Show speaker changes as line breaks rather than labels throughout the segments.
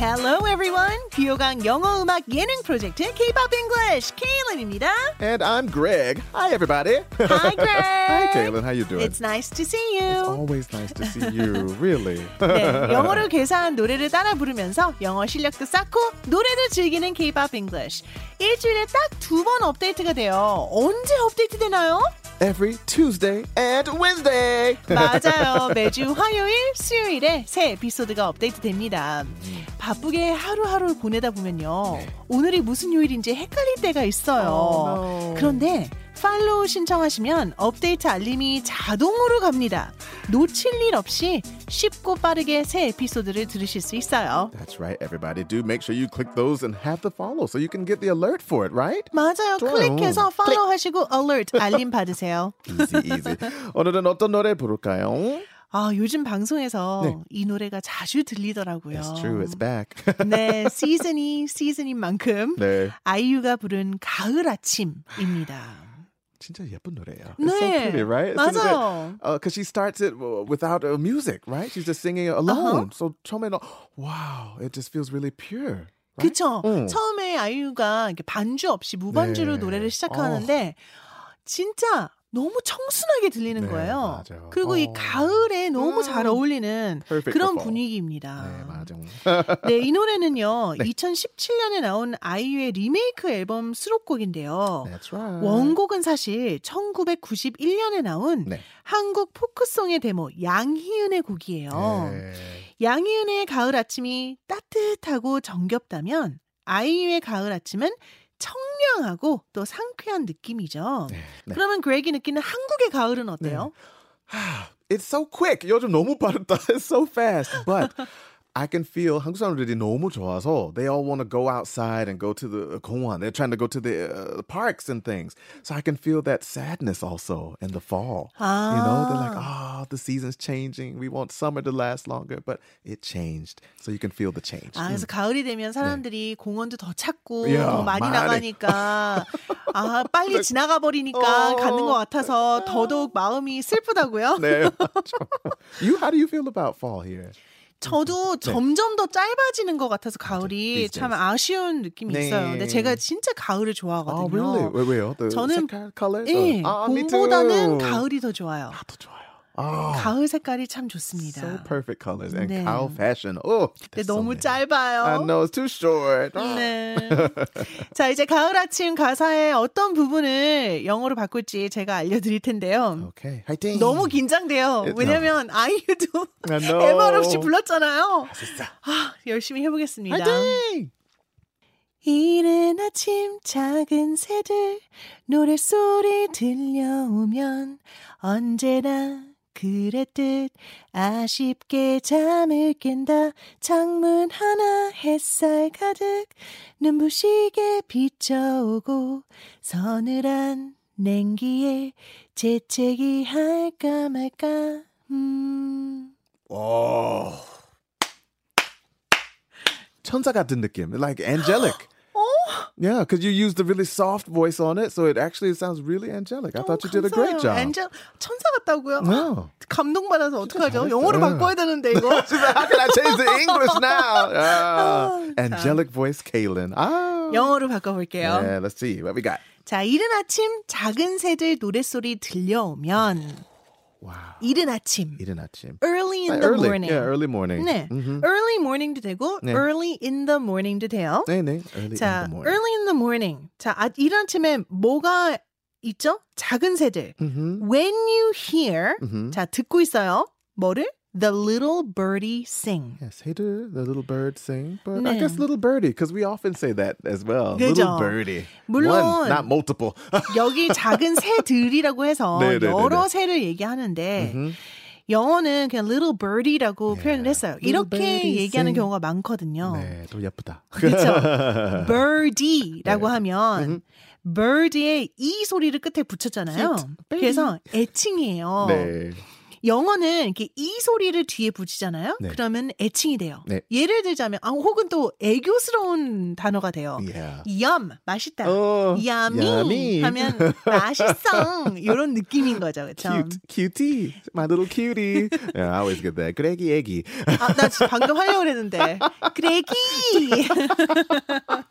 Hello everyone. 귀요강 영어 음악 예능 프로젝트 K-pop English 케일런입니다.
And I'm Greg. Hi, everybody.
Hi Greg.
Hi, Kaylin. How you doing?
It's nice to see
It's
you.
always nice to see you. Really.
네, 영어로 개사한 노래를 따라 부르면서 영어 실력도 쌓고 노래도 즐기는 K-pop English. 일주일에 딱 두 번 업데이트가 돼요. 언제 업데이트 되나요?
Every Tuesday and Wednesday.
맞아요. 매주 화요일, 수요일에 새 에피소드가 업데이트 됩니다.
음.
바쁘게 하루하루 보내다 보면요.
네.
오늘이 무슨 요일인지 헷갈릴 때가
Oh,
있어요.
no.
그런데 팔로우 신청하시면 업데이트 알림이 자동으로 갑니다. 놓칠 일 없이 쉽고 빠르게 새 에피소드를 들으실 수 있어요.
That's right, everybody. Do make sure you click those and have the follow so you can get the alert for it, right?
맞아요.
좋아요.
클릭해서 팔로우 하시고 alert 알림 받으세요.
Easy, easy. 오늘은 어떤 노래 부를까요?
아, 요즘 방송에서
네.
이 노래가 자주 들리더라고요.
It's true, it's back.
네, 시즌이 시즌인 만큼
네.
아이유가 부른 가을 아침입니다.
진짜 예쁜 노래예요.
네.
It's so pretty, right? As soon as
맞아요.
it- uh, Cause she starts it uh, without uh, music, right? She's just singing
Uh-huh.
alone. So 처음에는 wow, it just feels really pure. Right?
그쵸?
응.
처음에 아이유가 이렇게 반주 없이 무반주로
어. 네. 어.
노래를 시작하는데 진짜 너무 청순하게 들리는
네,
거예요.
맞아요.
그리고 이
어.
가을에 너무
음.
잘 어울리는
Perfect
그런
for fall.
분위기입니다.
네, 맞아요. 네.
네, 이 노래는요. 2017년에 나온 아이유의 리메이크 앨범 수록곡인데요.
That's right.
원곡은 사실 1991년에 나온
네.
한국 포크송의 데모 양희은의 곡이에요.
네.
양희은의 가을 아침이 따뜻하고 정겹다면 아이유의 가을 아침은 청량하고 또 상쾌한 느낌이죠.
네, 네.
그러면 그렉이 느끼는 한국의 가을은 어때요?
아, It's so quick. 요즘 너무 빠르다. It's so fast. But I can feel 한국 사람들이 너무 좋아서 they all want to go outside and go to the uh, 공원. They're trying to go to the uh, parks and things. So I can feel that sadness also in the fall.
아.
You know, they're like, ah, the season's changing. We want summer to last longer, but it changed. So you can feel the change. Mm.
아, 그래서 가을이 되면 사람들이 공원도 더 찾고
야,
더 많이
음. 네. 많이.
나가니까 아 빨리 지나가 버리니까
어.
가는 것 같아서 더더욱 마음이 슬프다고요.
네, 맞죠. you, how do you feel about fall here?
저도 점점 더 짧아지는 것 같아서 가을이
네. These
참
days.
아쉬운 느낌이
네.
있어요. 근데 제가 진짜 가을을 좋아하거든요.
Oh, really? 왜, 왜요? The
저는-
색깔, colors?
예,
아, me too.
봄보다는 가을이 더 좋아요.
더 좋아요. 아.
가을 색깔이 참 좋습니다.
So perfect colors and
네.
cow fashion. Oh,
근데
there's so
너무
many.
짧아요.
I know it's too short.
네.
아.
자, 이제 가을 아침 가사의 어떤 부분을 영어로 바꿀지 제가 알려드릴 텐데요.
Okay, 화이팅.
너무 긴장돼요.
It-
왜냐면 아이유도
I know.
MR 없이 불렀잖아요.
진짜.
아, 열심히 해보겠습니다.
화이팅.
이른 아침 작은 새들 노랫소리 들려오면 언제나 그랬듯 아쉽게 잠을 깬다 창문 하나 햇살 가득 눈부시게 비춰오고 서늘한 냉기에 재채기 할까 말까 음
오. 천사 같은 느낌, like angelic. Yeah, because you used a really soft voice on it, so it actually sounds really angelic. I thought you did a great
감사해요.
job. 네.
엔젤 천사 같다고요?
No.
감동받아서 어떡하죠?
잘했어.
영어로 바꿔야 되는데 이거.
How can I change the English now? Ah,
Oh, 참.
angelic voice, Kaylin. Ah.
영어로 바꿔볼게요.
Yeah, let's see what we got.
자, 이른 아침 작은 새들 노랫소리 들려오면
Wow.
이른 아침
이른 아침.
early in
Like
the
네, early.
morning.
Yeah, early morning.
네,
Mhm.
early morning도 되고
네.
early in the morning도 돼요.
네, 네. Early
자,
in the morning.
early in the morning. 자, 아, 이른 아침에 뭐가 있죠? 작은 새들.
Mhm.
When you hear,
Mhm.
자, 듣고 있어요. 뭐를? The little birdie sing.
Yes, hey, do the little bird sing. But
네.
I guess little birdie, because we often say that as well.
그죠.
Little birdie.
물론-
One, not multiple.
여기 작은 새들이라고 해서
네, 네, 네,
여러
네.
새를 얘기하는데
Mhm.
영어는 그냥 little birdie라고
네.
표현을 했어요.
Little
이렇게
birdie
얘기하는
sing.
경우가 많거든요.
네, 또 예쁘다.
그렇죠. birdie라고
네.
하면 birdie의 이 소리를 끝에 붙였잖아요.
Cute.
그래서 애칭이에요.
네.
영어는 이렇게 이 소리를 뒤에 붙이잖아요.
네.
그러면 애칭이 돼요.
네.
예를 들자면 아, 혹은 또 애교스러운 단어가 돼요.
Yeah.
yum 맛있다.
어,
yummy,
yummy.
하면 맛있어 이런 느낌인 거죠, 그렇죠?
Cute, cutie, my little cutie. yeah, I always get that. Greggy, eggy.
아, 나 지금 방금 하려고 그랬는데 그래기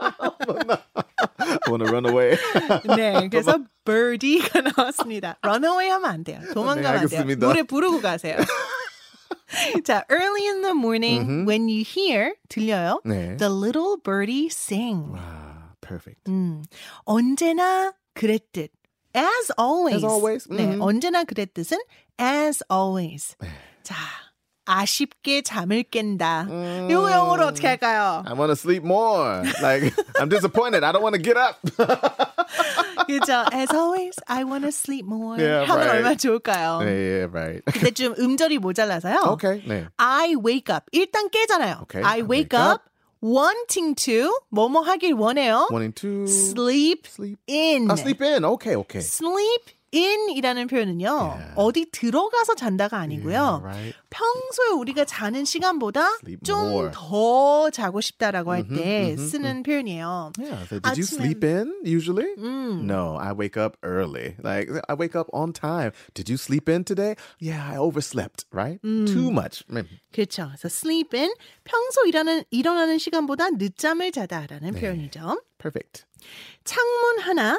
I want to run away.
네, 그래서 birdie가 나왔습니다. runaway 하면 안 돼요. 도망가면 안 돼요.
알겠습니다.
노래 부르고 가세요. 자, early in the morning when you hear 들려요.
네.
The little birdie sing. Ah,
와, perfect.
음, 언제나 그랬듯. As always.
As always.
네,
음. 네.
언제나 그랬듯은 as always. 자, 아쉽게 잠을 깬다.
음.
이거 영어로 어떻게 할까요?
Mm. I want to sleep more. Like, I'm disappointed. I don't want to get up.
그죠? As always, I wanna sleep more.
Yeah,
하면
right.
얼마나 좋을까요?
yeah, right.
근데 좀 음절이 모자라서요.
Okay. 네.
I wake up. 일단 깨잖아요.
Okay,
I wake up, wanting to 뭐뭐 하길 원해요.
Wanting to
sleep,
sleep.
in.
Ah, sleep in. Okay, okay.
sleep in이라는 표현은요. 어디 들어가서 잔다가 아니고요.
Yeah, right.
평소에 우리가 자는 시간보다
Sleep more.
좀
Mm-hmm,
더 자고 싶다라고 할 때 쓰는 표현이에요.
Yeah. So did you
아침에-
sleep in usually?
Mm.
No, I wake up early. Like I wake up on time. Did you sleep in today? Yeah, I overslept. Right? Too much. Mm.
그렇죠. 그래서 sleep in 평소 일하는 일어나는 시간보다 늦잠을 자다라는
네.
표현이죠.
Perfect.
창문 하나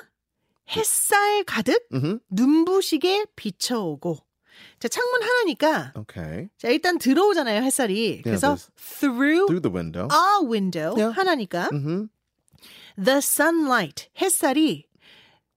햇살 가득
Mm-hmm.
눈부시게 비춰오고. 자 창문 하나니까
Okay.
자 일단 들어오잖아요 햇살이. 그래서
there's-
through,
Through the window.
a window
Yeah.
하나니까
Mm-hmm.
the sunlight 햇살이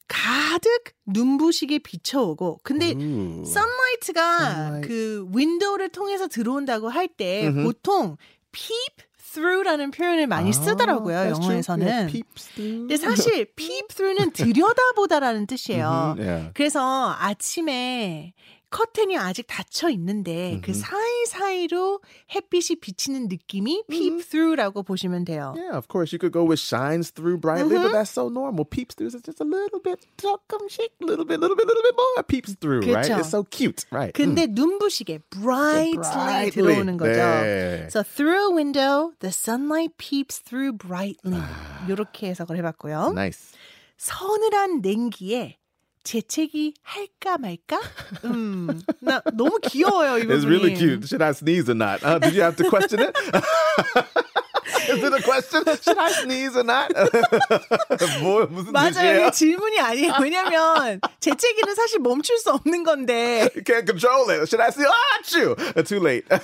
가득 눈부시게 비춰오고. 근데
Ooh.
sunlight가
음. sunlight.
그 윈도우를 통해서 들어온다고 할 때 보통 peep through라는 표현을 많이 쓰더라고요
아, Oh, that's true. Yeah,
영어에서는.
peeps through.
근데 사실 peep through는 들여다보다라는 뜻이에요.
Mhm, yeah.
그래서 아침에 커튼이 아직 닫혀 있는데 그 사이 사이로 햇빛이 비치는 느낌이
음.
peep through라고 보시면 돼요.
Yeah, of course. You could go with shines through brightly, but that's so normal. Peeps through is just a little bit, come shake, a little bit, little bit, little bit more. Peeps through, right?
그쵸.
It's so cute, right? Mm,
근데 눈부시게 brightly
음. 네, Brightly.
들어오는 거죠.
네.
So through a window, the sunlight peeps through brightly.
아.
이렇게 해석을 해봤고요.
Nice.
서늘한 냉기에 재채기 할까 말까? 음, 나 너무 귀여워요 이 부분이.
It's really cute. Should I sneeze or not? Uh, did you have to question it? Is it a question? Should I sneeze or not? 뭐, 무슨
맞아요. 이게
뜻이에요?
질문이 아니에요. 왜냐면 재채기는 사실 멈출 수 없는 건데.
You can't control it. Should I sneeze? Ah, achoo! Uh, too late.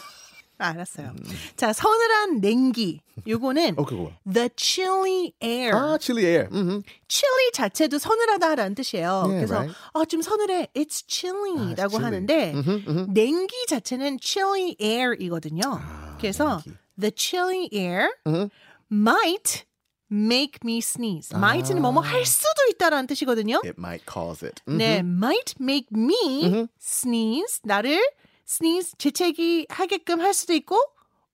아, 알았어요. 자, 서늘한 냉기. 요거는
음. 어, 그거.
the chilly air.
ah, chilly air. Mm-hmm.
chilly 자체도 서늘하다라는 뜻이에요.
예,
그래서
right. 아,
아, 좀 서늘해. It's chilly라고
chilly.
하는데
mm-hmm,
냉기 자체는 chilly air이거든요.
아,
그래서 the chilly air might make me
아.
sneeze. might는 뭐뭐 할 수도 있다라는 뜻이거든요.
It might cause it.
네, might make me sneeze. 나를 sneeze 재채기 하게끔 할 수도 있고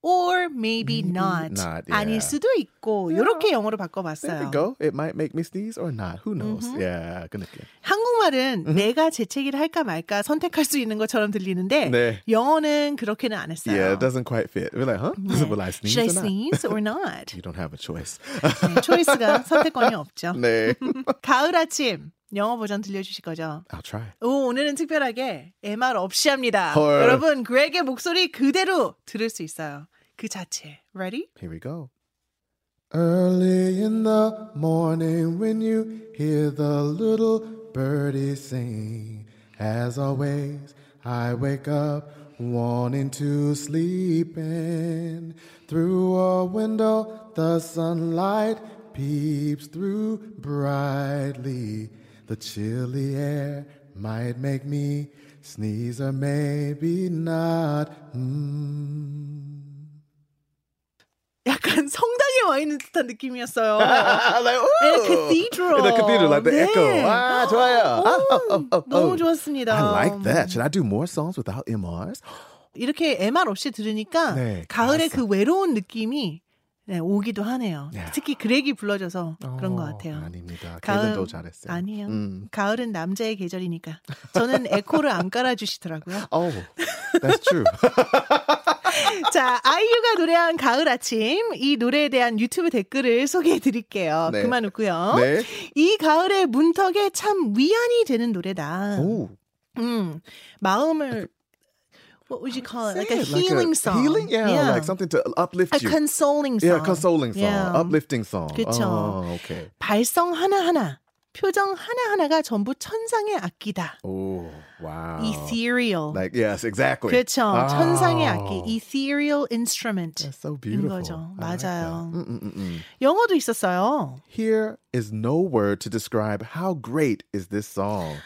or maybe, not.
not,
아닐
yeah.
수도 있고 이렇게 영어로
There
바꿔봤어요.
you go. It might make me sneeze or not. Who knows?
Mm-hmm.
Yeah, good looking.
한국말은
음.
내가 재채기를 할까 말까 선택할 수 있는 것처럼 들리는데
네.
영어는 그렇게는 안 했어요. 네.
Yeah, it doesn't quite fit. We're like, huh? Will I sneeze
Should I
or not?
sneeze or not?
You don't have a choice.
네, 초이스가 선택권이 없죠.
네.
가을 아침 영어 버전 들려주실 거죠?
I'll try.
오, 오늘은 특별하게 MR 없이 합니다.
헐.
여러분, 그렉의 목소리 그대로 들을 수 있어요. 그 자체. Ready?
Here we go. Early in the morning when you hear the little birdie sing, as always, I wake up wanting to sleep in. Through a window, the sunlight peeps through brightly. The chilly air might make me sneeze or maybe not. Mm.
약간 성당에 와 있는 듯한 느낌이었어요.
like, ooh.
In a cathedral.
In a cathedral, like the
네.
echo. Ah, 좋아요. Ah, oh, oh, oh,
너무
oh.
좋았습니다.
I like that. Should I do more songs without
Oh,
MRs?
이렇게 MR 없이 들으니까
네,
가을의
가사.
그 외로운 느낌이 네, 오기도 하네요.
네.
특히 그렉이 불러줘서 그런 것 같아요.
Oh, 어, 아닙니다.
가을-
가을은 더 잘했어요.
아니에요.
음.
가을은 남자의 계절이니까. 저는 에코를 안 깔아주시더라고요.
Oh, that's true.
자, 아이유가 노래한 가을 아침. 이 노래에 대한 유튜브 댓글을 소개해 드릴게요.
네.
그만 웃고요.
네.
이 가을의 문턱에 참 위안이 되는 노래다.
오.
음, 마음을 뭐, what would you call it? Like a
Say it, like
healing song.
Healing, yeah, like something to uplift
a
you.
아, consoling song.
Yeah, consoling song, 아, 네.
Yeah.
uplifting song.
그쵸.
Oh, okay.
발성 하나하나, 표정 하나하나가 전부 천상의 악기다.
Oh, wow.
ethereal.
Like yes, exactly.
그렇죠.
네. 아.
천상의 악기, ethereal instrument.
That's so beautiful.
거죠.
I like that.
맞아요.
Mm, mm, mm, mm.
영어도 있었어요.
Here is no word to describe how great is this song.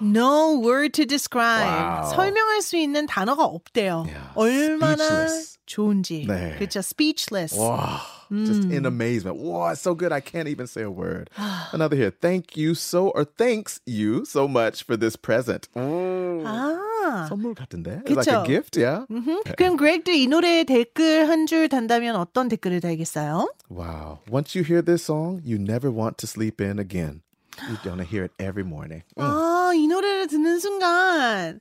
No word to describe.
와우.
설명할 수 있는 단어가 없대요.
Yeah,
얼마나
speechless.
좋은지.
네.
그렇죠. Speechless.
Wow. Just in amazement. Wow, it's so good. I can't even say a word. Another here. Thank you so, or thanks you so much for this present. Mm.
아.
선물 같은데? It's like
그쵸.
a gift, yeah?
음, 그럼 그렉도 이 노래에 댓글 한 줄 단다면 어떤 댓글을 달겠어요?
Wow. Once you hear this song, you never want to sleep in again. You're going to hear it every morning. Mm.
아, 이 노래를 듣는 순간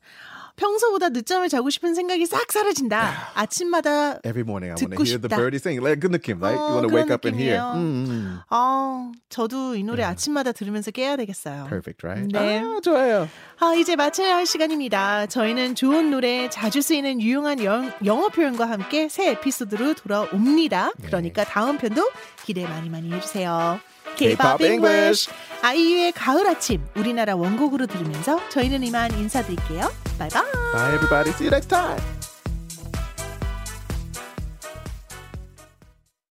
평소보다 늦잠을 자고 싶은 생각이 싹 사라진다. 아침마다
Every morning, I want to
듣고
hear the
싶다.
birdie sing. Like, good 느낌, right?
어,
you want to
그런
wake up and hear.
느낌이에요.
Mm.
아, 저도 이 노래 아침마다 들으면서 깨야 되겠어요.
Perfect, right? Ah,
네.
아, 좋아요.
아, 이제 마쳐야 할 시간입니다. 저희는 좋은 노래, 자주 쓰이는 유용한 영, 영어 표현과 함께 새 에피소드로 돌아옵니다.
네.
그러니까 다음 편도 기대 많이 많이 해주세요. K-pop
K-pop
English
English.
아이유의 가을 아침 우리나라 원곡으로 들으면서 저희는 이만 인사드릴게요. 바이바이.
Bye, everybody. See you next time.